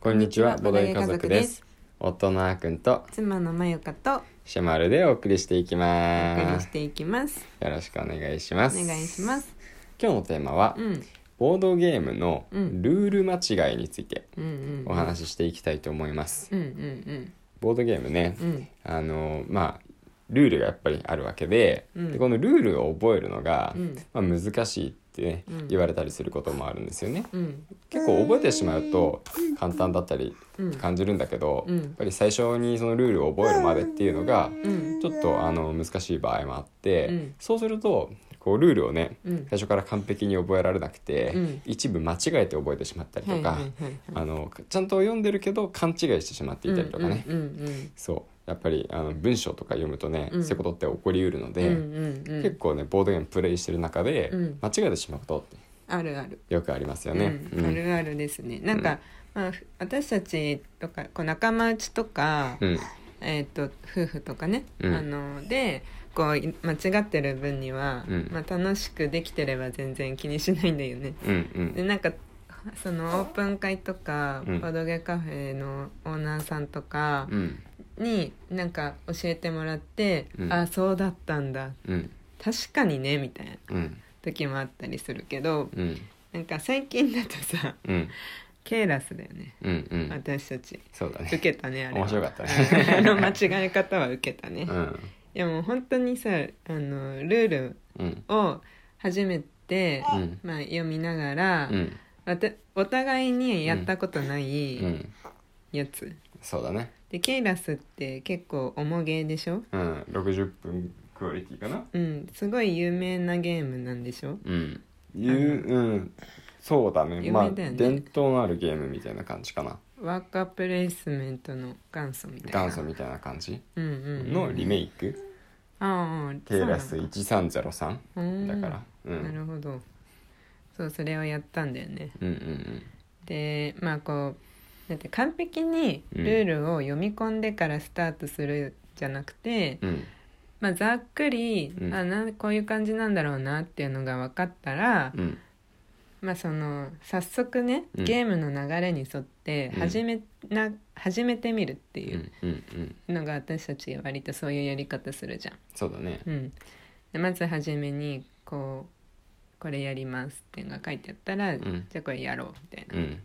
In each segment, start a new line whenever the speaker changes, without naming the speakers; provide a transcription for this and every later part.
こんにちは、ボドゲ家族です。夫のあーくんと
妻のまゆかと
シェマルでお送りしていき
お送
ま
り
す
し。ていきます。
よろしくお願いしま
お
す。
願いします。。
今日のテーマは、
うん
ボードゲームの
うん
ルール間違いについて
うんうん
お話ししていきたいと思います。
うんうん
ボードゲームね、
うんうん
あのまあルールがやっぱりあるわけで,、
うん
でこのルールを覚えるのが、
うん
まあ、難しいってね、
うん
言われたりすることもあるんですよね。
うん
結構覚えてしまうと簡単だったり
うん
感じるんだけど、
うん
やっぱり最初にそのルールを覚えるまでっていうのが
うん
ちょっとあの難しい場合もあって、
うん
そうするとこうルールをね
うん
最初から完璧に覚えられなくて、
うん
一部間違えて覚えてしまったりとか、
はいはいはいはい
あのちゃんと読んでるけど勘違いしてしまっていたりとかね、
うんうん
そうやっぱりあの文章とか読むとね、
うん
そういうことって起こりうるの
うんう
で、
んうんうん
結構ねボードゲームプレイしてる中で、
うん
間違えてしまうことって
あるある。
よくありますよね。
うん、あるあるですね。なんか、まあふ私たちとかこう仲間内とか、
うん
えー、と夫婦とかね、
うん
あのでこうい間違ってる分には、
うん
まあ、楽しくできてれば全然気にしないんだよね。
うんう
で
ん
なんかそのオープン会とか、
うん
ボドゲカフェのオーナーさんとか
うん
になんか教えてもらって「
うん
あそうだったんだ
うん
確かにね」みたいな
うん
時もあったりするけど
うん
なんか最近だとさ
うん
ケーラスだよね
うんうん
私たち
そうだ
受
ね。
けたねあれは
面白かったね
あの間違え方は受けたね、
う
い
ん
やもう本当にさあのルール
うん
を初めて、
うん
まあ、読みながら、
うん
わたお互いにやったことない
うん
やつ、
そうだね。
でケイラスって結構重ゲーでしょ
うん六十分クオリティかな。
うんすごい有名なゲームなんでしょ
うんいううんそうだね。
有
まあ
名だよね
伝統のあるゲームみたいな感じかな。
ワーカープレイスメントの元祖みたいな
元祖みたいな感じ
うんうんうん、
のリメイク。
ああ
ケイラス
そう
1303
なんだ
だから、う
うんなる
ん、
ほどそうそれをやったんだよね
うんうん
でまあこうだって完璧にルールを読み込んでからスタートするじゃなくて、
うん
まあ、ざっくり、
うん
あなんこういう感じなんだろうなっていうのが分かったら、
うん
まあ、その早速ね
うん
ゲームの流れに沿って
うん
始め,、な始めてみるって
うん
い
うん
う
うんうん
のが私たち割とそういうやり方するじゃん。
そうだね
うん、でまず初めにこうこれやりますっていうのが書いてあったら、
ん
じゃあこれやろうみたいな
うん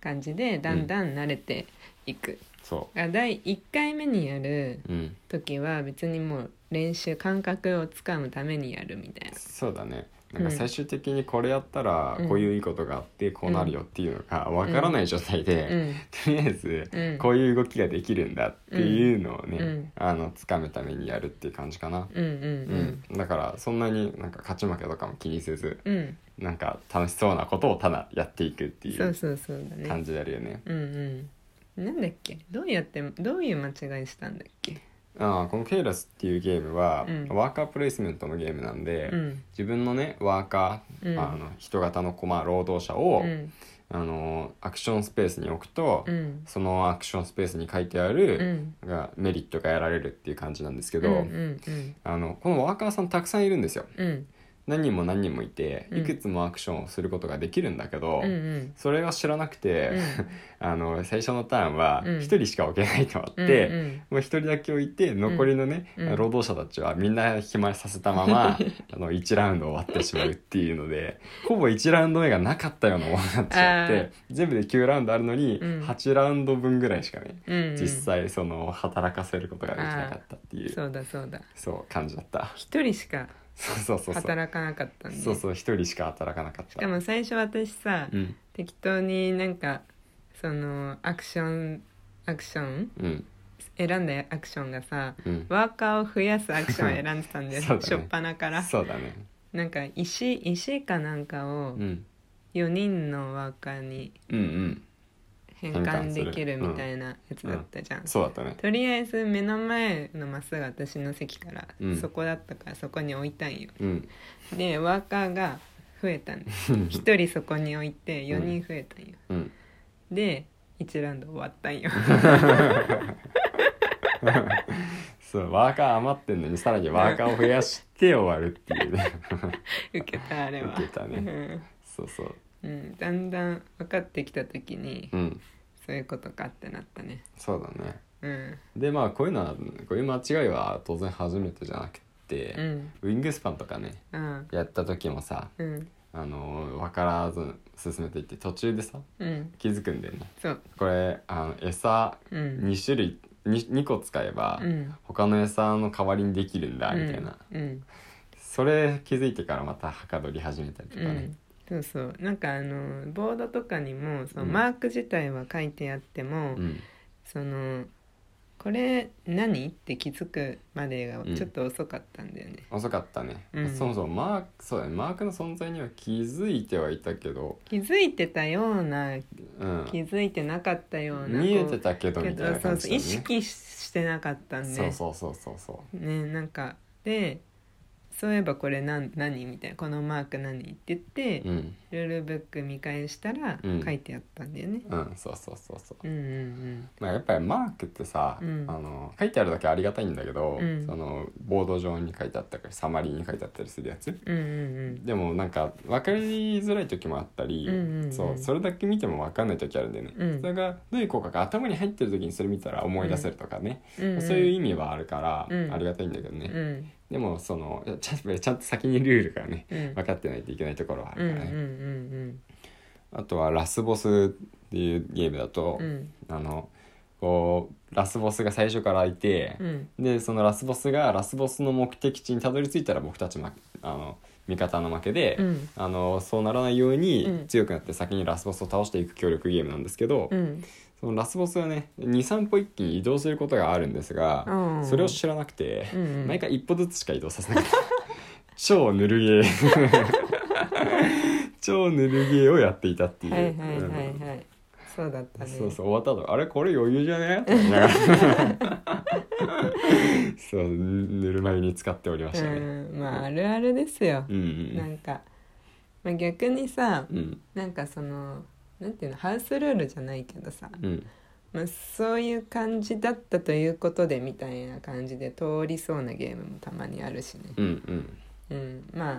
感じでだんだん慣れていく、
そ
が第1回目にやる
ううん
時は別にもう練習感覚をつかむためにやるみたいな
そうだね
う
なんんか最終的にこれやったら
うん
こういういいことがあってこうなるよっていうのがわからない状態で、
うん
とりあえず
うん
こういう動きができるんだっていうのをね、
うん
あの掴むためにやるっていう感じかな、
うんうん
うんだからそんなになんか勝ち負けとかも気にせず
うんうん
なんか楽しそうなことをただやっていくってい
そう
う
そうそうだ
感
ね
じであるよね。
うんうんなんだっけどうやってどういう間違いしたんだっけ
ああこの「ケイラス」っていうゲームは、
うん
ワーカープレイスメントのゲームなんで、
うん
自分のねワーカー、
うん
あの人型の駒労働者を、
うん
あのアクションスペースに置くと、
うん
そのアクションスペースに書いてあ
う
る、
ん
なんかメリットが得られるっていう感じなんですけ
う
ど、
んうん
あのこのワーカーさんたくさんいるんですよ。
うんうん
何人も何人もいて
うん
いくつもアクションをすることができるんだけど、
うんうん
それが知らなくて、あの最初のターンは
うん
1人しか置けないと思って。
うんうん
もう一人だけ置いて残りのね、
うん
労働者たちはみんな暇させたま まあの1ラウンド終わってしまうっていうのでほぼ1ラウンド目がなかったようなものになっちゃっ
あー
て全部で9ラウンドあるのに、
うん
8ラウンド分ぐらいしかね
うんうん
実際その働かせることができなかったっていう、
そうだそうだ
そう感じだった
一人しか
そうそうそうそう
働かなかったんで
そうそう一人しか働かなかっ
したかも最初私さ、
うん
適当になんかそのアクションアクション
うん
選んだアクションがさ
うん
ワーカーを増やすアクションを選んでたんだ よ、
そうだね
しょっぱなから
そうだね
なんか石石かなんかを
うん
4人のワーカーに
うんうん
変換できるみたいなやつだったじゃん、
そうだったね
とりあえず目の前のマスが私の席から、
うん
そこだったからそこに置いたんよ
うん
でワーカーが増えたんです1人そこに置いて4人増えたんよ、
うん
で1ラウンド終わっ たんよ
そうワーカー余ってんのにさらにワーカーを増やして終わるっていうね
受けたあれは
ウケたね
うん
そうそう
うん、だんだん分かってきた時に、
うん
そういうことかってなったね
そうだね
うん
でまあこういうのはこういう間違いは当然初めてじゃなくて、
うん
ウィングスパンとかね
うん
やった時もさ
うん
あの分からず進めていって途中でさ
うん
気づくんだよね
そう
これあの餌
うん
2種類 2, 2個使えば、
うん
他の餌の代わりにできるんだみたいな、
うん
それ気づいてからまたはかどり始めたりと
う
かね
ん、そうそうなんかあのボードとかにもその
うん
マーク自体は書いてあっても、
うん
そのこれ何って気づくまでが
うん
ちょっと遅かったんだよね、
遅かったね、
うん
そもそもマークそうだねマークの存在には気づいてはいたけど、
気づいてたような
うん、
気づいてなかったような
見えて
こ
たけど
うけ
みたい
ど
な
そう
感
そ
じだ
う意
ね
識してなかったんで
そうそうそうそうそう
ねなんかでそういえばこれなん何みたいなこのマーク何って言って、
うん
ルールブック見返したら
うん
書いてあったんだよね、
うんそうそうそうそう
うん、うん
まあやっぱりマークってさ、
うん
あの書いてあるだけありがたいんだけど、
うん
そのボード上に書いてあったりサマリーに書いてあったりするやつ
うんうんうん
でもなんか分かりづらい時もあったり、
うんうんうん
そうそれだけ見ても分かんない時あるんだよね、
うん
それがどういう効果か頭に入ってる時にそれ見たら思い出せるとかね、
うんうん
そういう意味はあるから
うん
ありがたいんだけどね、
うん
でもそのちゃんちゃんと先にルールがね
うん
分かってないといけないところはあるからね、
うんうん
あとはラスボスっていうゲームだと、
うんうん
あのこうラスボスが最初からいて
う、ん
でそのラスボスがラスボスの目的地にたどり着いたら僕たち、ま、あの味方の負けで、
うん
あのそうならないよう
うん
に強くなって先にラスボスを倒していく協力ゲームなんですけど、
うん
そのラスボスはね23歩一気に移動することがあるんです
う
が、
んうん
それを知らなくて、
うんうん
毎回一歩ずつしか移動させなかった 超ぬるゲー 超ぬるゲーをやっていたっていう。
はいはいは
うん
いはいそうだったね
そうそう終わった後あれこれ余裕じゃね?」って言いながらそうぬるま湯に使っておりましたね
んまああるあるですよ
うん
なんかまあ逆にさ
うんうん
なんかそのなんていうのハウスルールじゃないけどさ
うん
まあそういう感じだったということでみたいな感じで通りそうなゲームもたまにあるしね
うんうん
うんま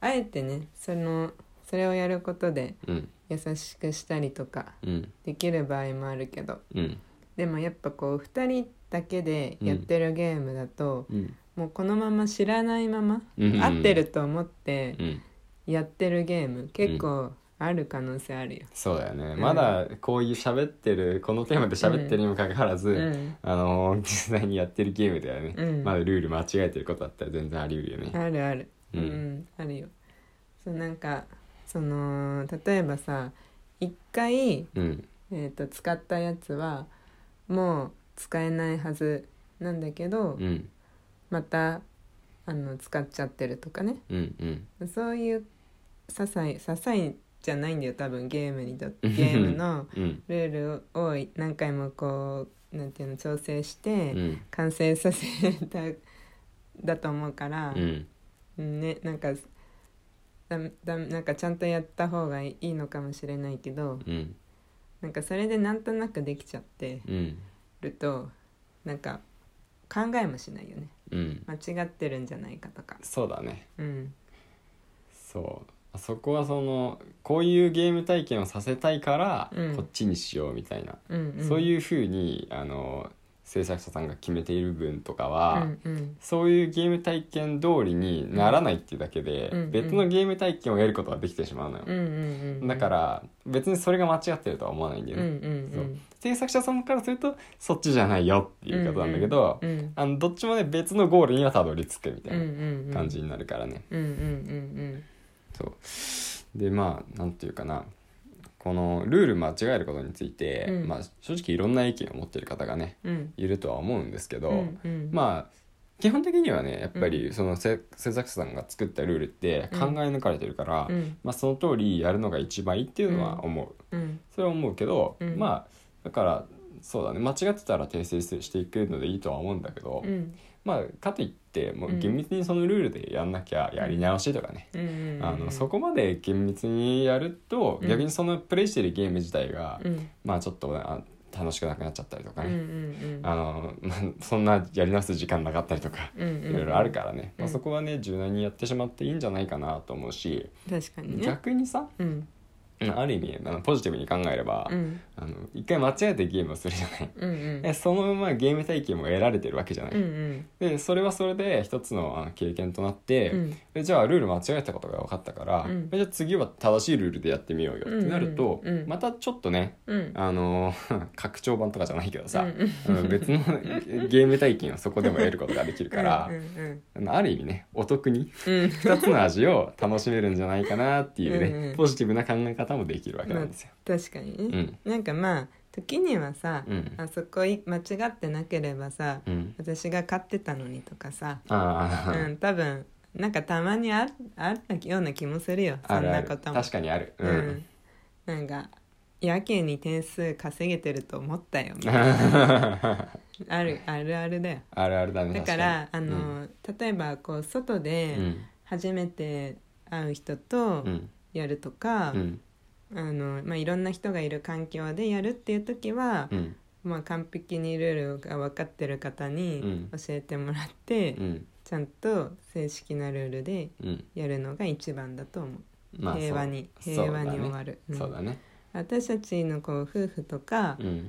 ああえてねそのそれをやることで
うん
優しくしたりとか
うん
できる場合もあるけど
うん
でもやっぱこう2人だけでやってるゲームだと、
うん
もうこのまま知らないまま、
うん
合ってると思って
うん
やってるゲーム結構ある可能性あるよ。
そうだよね
ん
まだこういう喋ってるこのテーマで喋ってるにもかかわらず、
うん
あのー 実際にやってるゲームではね、
うん
まだルール間違えてることだったら全然あり得るよね。
あるある、
うん
あるよそうなんかその例えばさ一回、
うん
えー、と使ったやつはもう使えないはずなんだけど、
うん
またあの使っちゃってるとかね
うんうん
そういう些細些細じゃないんだよ多分ゲームにとってゲームの
うん
ルールを何回もこうなんていうの調整して
うん
完成させただと思うから
う、ん
ねなんかだだなんかちゃんとやった方がいいのかもしれないけど
うん
なんかそれでなんとなくできちゃって
うん
るとなんか考えもしないよね
うん
間違ってるんじゃないかとか。
そうだね
うん
そうそこはそのこういうゲーム体験をさせたいから、
うん
こっちにしようみたいな、
うんうん、
そういうふうにあの制作者さんが決めている分とかは、
うんうん
そういうゲーム体験通りにならないっていうだけで、
うんうん
別のゲーム体験をやることができてしまうのよ、
うんうんうん、
だから別にそれが間違ってるとは思わないんだ
うん
よ
う
ね、
んう
そうん制作者さんからするとそっちじゃないよっていうことなんだけど、
うんうん
あのどっちもね別のゴールにはたどり着くみた
うん
い
うんうん
な感じになるからね、
うんうんうん
そうでまあなんていうかなこのルール間違えることについて、
うん
まあ、正直いろんな意見を持ってる方がね
うんうん
いるとは思うんですけど、
うんうん
まあ基本的にはねやっぱりそのせ制作者さんが作ったルールって考え抜かれてるから、
うん
まあ、その通りやるのが一番いいっていうのは思う、
うん
それは思うけど、
うん
まあだからそうだね間違ってたら訂正していくのでいいとは思うんだけど、
うん
まあかといっても
う
うん厳密にそのルールでやんなきゃやり直しとかね、
うんうん
あのそこまで厳密にやると、
うん
逆にそのプレイしてるゲーム自体が、
うん
まあちょっとあ楽しくなくなっちゃったりとか
うんう
ね、
ん
あの まあそんなやり直す時間なかったりとか、
うんうん
いろいろあるからね、ま
う
あ、
ん
そこはね柔軟にやってしまっていいんじゃないかなと思うし、
確かにね
逆にさ
うん
うんある意味あのポジティブに考えれば、
うん
あの一回間違えてゲームをするじゃない
うんうん
でそのままゲーム体験も得られてるわけじゃない、
うんうん
でそれはそれで一つのあの経験となって、
うん
でじゃあルール間違えたことが分かったから、
うん
じゃあ次は正しいルールでやってみようよってなると、
うんうんうん
またちょっとね
うん
あの ー拡張版とかじゃないけどさ、
うんうん
あの別の ゲーム体験をそこでも得ることができるから
うんうん
あのある意味ねお得に
うん
2つの味を楽しめるんじゃないかなっていうね
うんうん
ポジティブな考え方もできるわけなんですよ。
確かに
う
ね、
ん
なんかまあ時にはさ、
うん
あそこい間違ってなければさ、
うん、
私が買ってたのにとかさ、
あー、
うん、多分なんかたまにああったような気もするよそ
あ
ん
るあ
な
る
ことも
確かにある。う
うんん、なんかやけに点数稼げてると思ったよみたいな
あ
あるあるあるだよ
るあるだね
だからあ
確に
の、例えばこう外
う
で
ん
初めて会う人と
うん
やるとか、
うん
あのまあ、いろんな人がいる環境でやるっていう時は
う、ん
まあ、完璧にルールが分かってる方に
う
教えてもらって、
うん
ちゃんと正式なルールで
うん
やるのが一番だと思う、
まあそう
平和に平和に終わるうん
そうだね
私たちのこう夫婦とか
そうだね、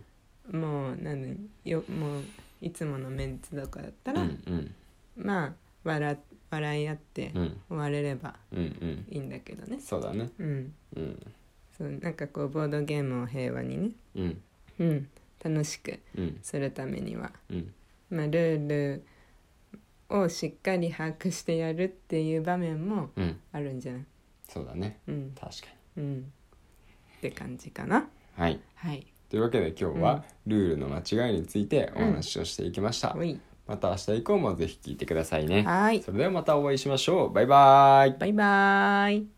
うん
もうなんだよもういつものメンツとかだった
う
ら、
んうん
まあ笑笑い合って
うん
終われれば
うんうん
いいんだけどね、
そうだね
うん、
うん
そうなんかこうボードゲームを平和にね、
うん
うん、楽しく
うん
するためには、
うん
まあ、ルールをしっかり把握してやるっていう場面も
うん
あるんじゃない、
そうだね
うん
確かに
うん、って感じかな
はい
はい
というわけで今日はルールの間違いについてお話をしていきました、
おい
また明日以降もぜひ聞いてくださいね
はい
それではまたお会いしましょうバイバイ
バイバーイ